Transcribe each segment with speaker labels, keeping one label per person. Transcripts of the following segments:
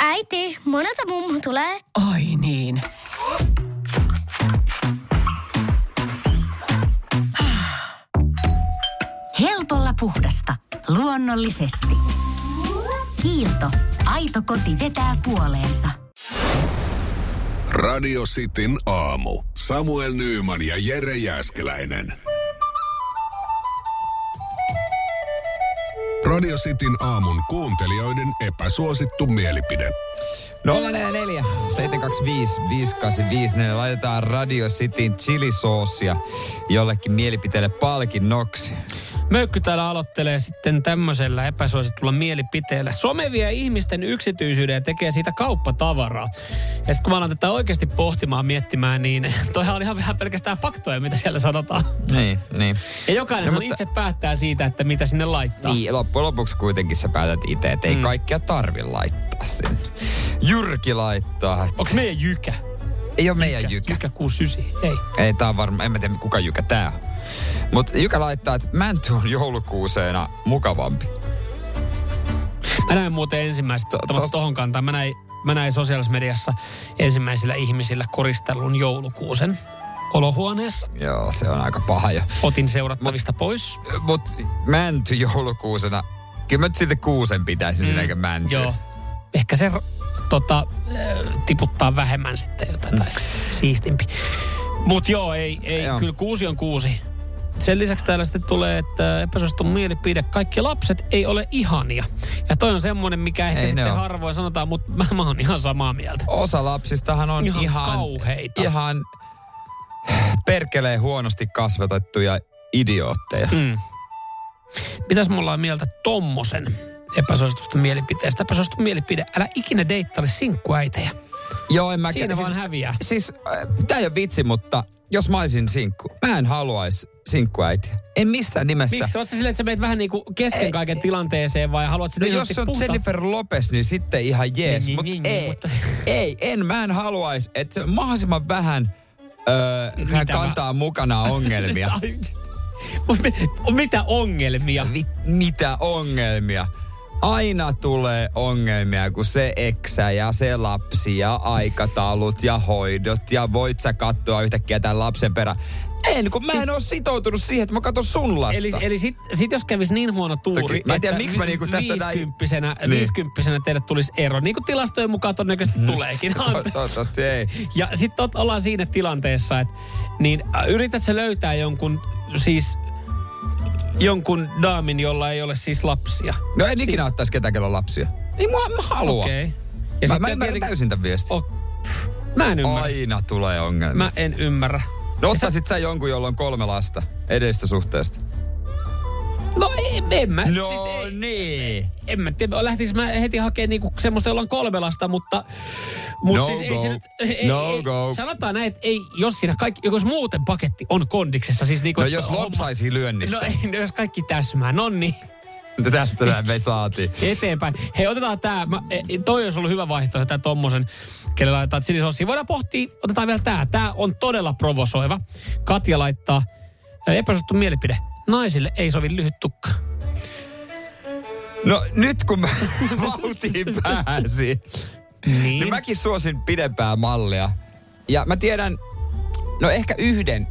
Speaker 1: Äiti, monelta mummu tulee.
Speaker 2: Oi niin. Helpolla puhdasta. Luonnollisesti. Kiilto. Aito koti vetää puoleensa.
Speaker 3: Radio Cityn aamu. Samuel Nyyman ja Jere Jäskeläinen. Radio Cityn aamun kuuntelijoiden epäsuosittu mielipide.
Speaker 4: No. 044 725 5854. Laitetaan Radio Cityn chilisoosia jollekin mielipiteelle palkinnoksi.
Speaker 5: Möykky täällä aloittelee sitten tämmöisellä epäsuositulla mielipiteellä. Some vie ihmisten yksityisyyden ja tekee siitä kauppatavaraa. Ja sitten kun mä alan tätä oikeasti pohtimaan, miettimään, niin toihan on ihan vähän pelkästään faktoja, mitä siellä sanotaan.
Speaker 4: Niin, niin.
Speaker 5: Ja jokainen
Speaker 4: No,
Speaker 5: no,
Speaker 4: mutta-
Speaker 5: mutta... itse päättää siitä, että mitä sinne laittaa.
Speaker 4: Niin, loppujen lopuksi kuitenkin sä päätät itse, että ei mm.
Speaker 5: Mm.
Speaker 4: kaikkea tarvi laittaa sinne. Jyrki laittaa. että
Speaker 5: Onko meidän jykä?
Speaker 4: Ei ole meidän jykä.
Speaker 5: Jykä 69. Ei.
Speaker 4: Ei tää on varma, en mä tiedä kuka Jykä tää on. Mut Jykä laittaa, että mänty on joulukuuseena mukavampi.
Speaker 5: Mä näin muuten ensimmäistä,
Speaker 4: To-
Speaker 5: to,
Speaker 4: tos-
Speaker 5: tohon kantaan, mä näin, mä näin sosiaalisessa mediassa ensimmäisillä ihmisillä koristellun joulukuusen olohuoneessa.
Speaker 4: Joo, se on aika paha jo.
Speaker 5: Otin seurattavista pois.
Speaker 4: Mut mänty joulukuusena, kyllä mä nyt sitten kuusen pitäisi mm. sinäkin mäntyä.
Speaker 5: Joo. Ehkä se tota, äh, tiputtaa vähemmän sitten jotain tai siistimpi. Mut joo, ei, ei
Speaker 4: Joo.
Speaker 5: joo. kyllä kuusi on kuusi. Sen lisäksi täällä sitten tulee, että epäsuostun mielipide. Kaikki lapset ei ole ihania. Ja toi on semmonen, mikä ehkä
Speaker 4: Ei
Speaker 5: ei
Speaker 4: ne
Speaker 5: sitten
Speaker 4: oo.
Speaker 5: harvoin sanotaan, mutta mä, mä oon ihan samaa mieltä.
Speaker 4: Osa lapsistahan on ihan,
Speaker 5: Ihan
Speaker 4: ihan,
Speaker 5: kauheita.
Speaker 4: ihan perkeleen huonosti kasvatettuja idiootteja. Mm.
Speaker 5: Mm. Mitäs mulla on mieltä tommosen epäsuositusta mielipiteestä? Epäsuosittu mielipide, älä ikinä deittaile sinkkuäitejä.
Speaker 4: Joo, en mä
Speaker 5: Siinä
Speaker 4: siis,
Speaker 5: vaan häviää.
Speaker 4: siis, äh, tää ei ole vitsi, mutta jos mä olisin sinkku, mä en haluaisi sinkkuäitiä. En missään nimessä.
Speaker 5: Miksi? Oletko silleen, että sä meet vähän niin kuin kesken
Speaker 4: Ei.
Speaker 5: kaiken tilanteeseen vai haluat
Speaker 4: No
Speaker 5: sinne
Speaker 4: jos on Jennifer Lopez, niin sitten ihan jees,
Speaker 5: Niin,
Speaker 4: mutta
Speaker 5: niin, niin,
Speaker 4: ei,
Speaker 5: niin, mutta-
Speaker 4: ei, en, mä en haluaisi, että se mahdollisimman vähän öö, hän
Speaker 5: Mitä
Speaker 4: kantaa mukana ongelmia.
Speaker 5: Mitä ongelmia?
Speaker 4: Vit, mitä ongelmia? Aina tulee ongelmia, kun se eksä ja se lapsi ja aikataulut ja hoidot ja voit sä katsoa yhtäkkiä tämän lapsen perään. En, kun mä en
Speaker 5: Siis-
Speaker 4: ole sitoutunut siihen, että mä katson sun lasta.
Speaker 5: Eli, eli sit, sit jos kävisi niin huono tuuri,
Speaker 4: Toki. Mä en tiedä, miksi mä niinku tästä näin-
Speaker 5: viisikymppisenä,
Speaker 4: Niin. Mm.
Speaker 5: näin... viisikymppisenä teille tulisi ero. Niin kuin tilastojen mukaan todennäköisesti tuleekin.
Speaker 4: To- Toivottavasti ei. No
Speaker 5: Ja sitten ollaan siinä tilanteessa, että niin ä, yrität sä löytää jonkun siis jonkun daamin, jolla ei ole siis lapsia.
Speaker 4: No en ikinä ottaisi ketään, kello on lapsia. Ei mua mä halua.
Speaker 5: Okei. Okay.
Speaker 4: Ja mä, mä ymmärrän täysin tämän viestin.
Speaker 5: O- mä en ymmärrä. Ai.
Speaker 4: Aina tulee ongelmia.
Speaker 5: Mä
Speaker 4: Mä...
Speaker 5: en ymmärrä.
Speaker 4: No ottaisit sä jonkun, jolla on kolme lasta edestä suhteesta?
Speaker 5: No en, en mä. siis ei,
Speaker 4: niin.
Speaker 5: en mä tiedä, lähtisikö mä heti hakemaan niinku semmoista, jolla on kolme lasta, mutta... Mut
Speaker 4: No
Speaker 5: siis ei
Speaker 4: go.
Speaker 5: se nyt... Ei,
Speaker 4: No
Speaker 5: ei,
Speaker 4: go.
Speaker 5: Sanotaan näin, että ei, jos siinä kaikki, jos muuten paketti on kondiksessa, siis niinku...
Speaker 4: No
Speaker 5: että
Speaker 4: jos
Speaker 5: homma-
Speaker 4: lopsaisi lyönnissä.
Speaker 5: No ei, no jos kaikki täsmää, no niin.
Speaker 4: No, Tästä me saatiin.
Speaker 5: eteenpäin. Hei, otetaan tämä. e, Toi olisi ollut hyvä vaihtoehto, tämä tommosen, kelle laitetaan chilisossia. Voidaan pohtia, otetaan vielä tämä. Tämä on todella provosoiva. Katja laittaa, ö, epäsuosittu mielipide. Naisille ei sovi lyhyt tukka.
Speaker 4: No nyt kun mä vauhtiin pääsin,
Speaker 5: Niin.
Speaker 4: niin mäkin suosin pidempää mallia. Ja mä tiedän, no ehkä yhden,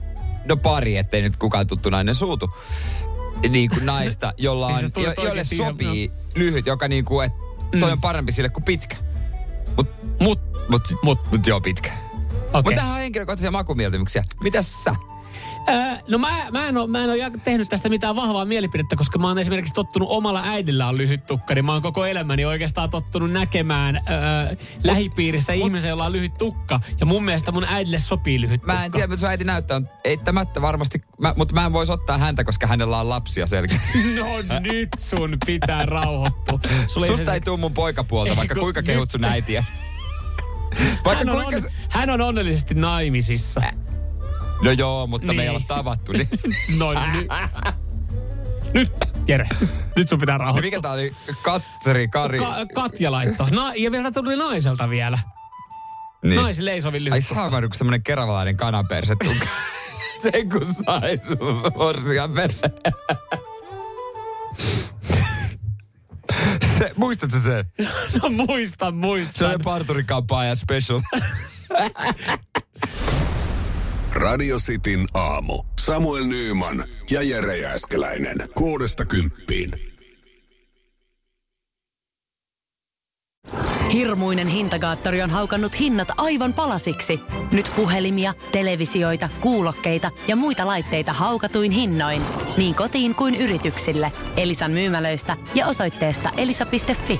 Speaker 4: no pari, ettei nyt kukaan tuttu nainen suutu. Niin kuin naista, jolla
Speaker 5: Niin
Speaker 4: on,
Speaker 5: sä tulet
Speaker 4: jo, jolle
Speaker 5: oikeesti ihan-
Speaker 4: sopii lyhyt, joka niin kuin, että toi
Speaker 5: Mm.
Speaker 4: on parempi sille kuin pitkä. Mut,
Speaker 5: Mut,
Speaker 4: mut, mut, mut joo pitkä. Okay.
Speaker 5: okei.
Speaker 4: Mutta tähän on henkilökohtaisia makumieltymyksiä. Mitäs sä?
Speaker 5: Öö, no mä, mä en ole, mä en ole tehnyt tästä mitään vahvaa mielipidettä, koska mä oon esimerkiksi tottunut omalla äidillä on lyhyt tukka, niin mä oon koko elämäni oikeastaan tottunut näkemään öö, lähipiirissä ihmisen, jolla on lyhyt tukka. Ja mun mielestä mun äidille sopii lyhyt
Speaker 4: Mä en
Speaker 5: tukka.
Speaker 4: tiedä, mitä sun äiti näyttää. on Eittämättä varmasti, mä, mutta mä en voisi ottaa häntä, koska hänellä on lapsia selkeästi.
Speaker 5: No nyt sun pitää rauhoittua. Sulla
Speaker 4: Susta ei tuu mun poikapuolta, vaikka
Speaker 5: Ei, kun
Speaker 4: kuinka
Speaker 5: nyt-
Speaker 4: kehut sun äitiäsi. Vaikka
Speaker 5: hän, on
Speaker 4: kuinka...
Speaker 5: onne-
Speaker 4: se-
Speaker 5: hän on onnellisesti naimisissa.
Speaker 4: No joo, mutta me ei
Speaker 5: Niin.
Speaker 4: olla tavattu. Niin.
Speaker 5: No nyt. Nyt, Jere. Nyt sun pitää
Speaker 4: No
Speaker 5: rauhoittua.
Speaker 4: mikä tää oli? Katri, Kari.
Speaker 5: Ka- Katja laittoi. Na- ja vielä tuli naiselta vielä.
Speaker 4: niin.
Speaker 5: Niin. Naisille ei sovi
Speaker 4: Ai
Speaker 5: lyhyt.
Speaker 4: saamari, kun semmonen keravalainen kanaperse tukka. Sen kun sai sun morsian perse. Muistatko se?
Speaker 5: No
Speaker 4: Se
Speaker 5: muista,
Speaker 4: oli
Speaker 5: muistan.
Speaker 4: parturikampaaja special.
Speaker 3: Radio Cityn aamu. Samuel Nyyman ja Jere Jääskeläinen. Kuudesta kymppiin.
Speaker 2: Hirmuinen hintakaattori on haukannut hinnat aivan palasiksi. Nyt puhelimia, televisioita, kuulokkeita ja muita laitteita haukatuin hinnoin. Niin kotiin kuin yrityksille. Elisan myymälöistä ja osoitteesta elisa.fi.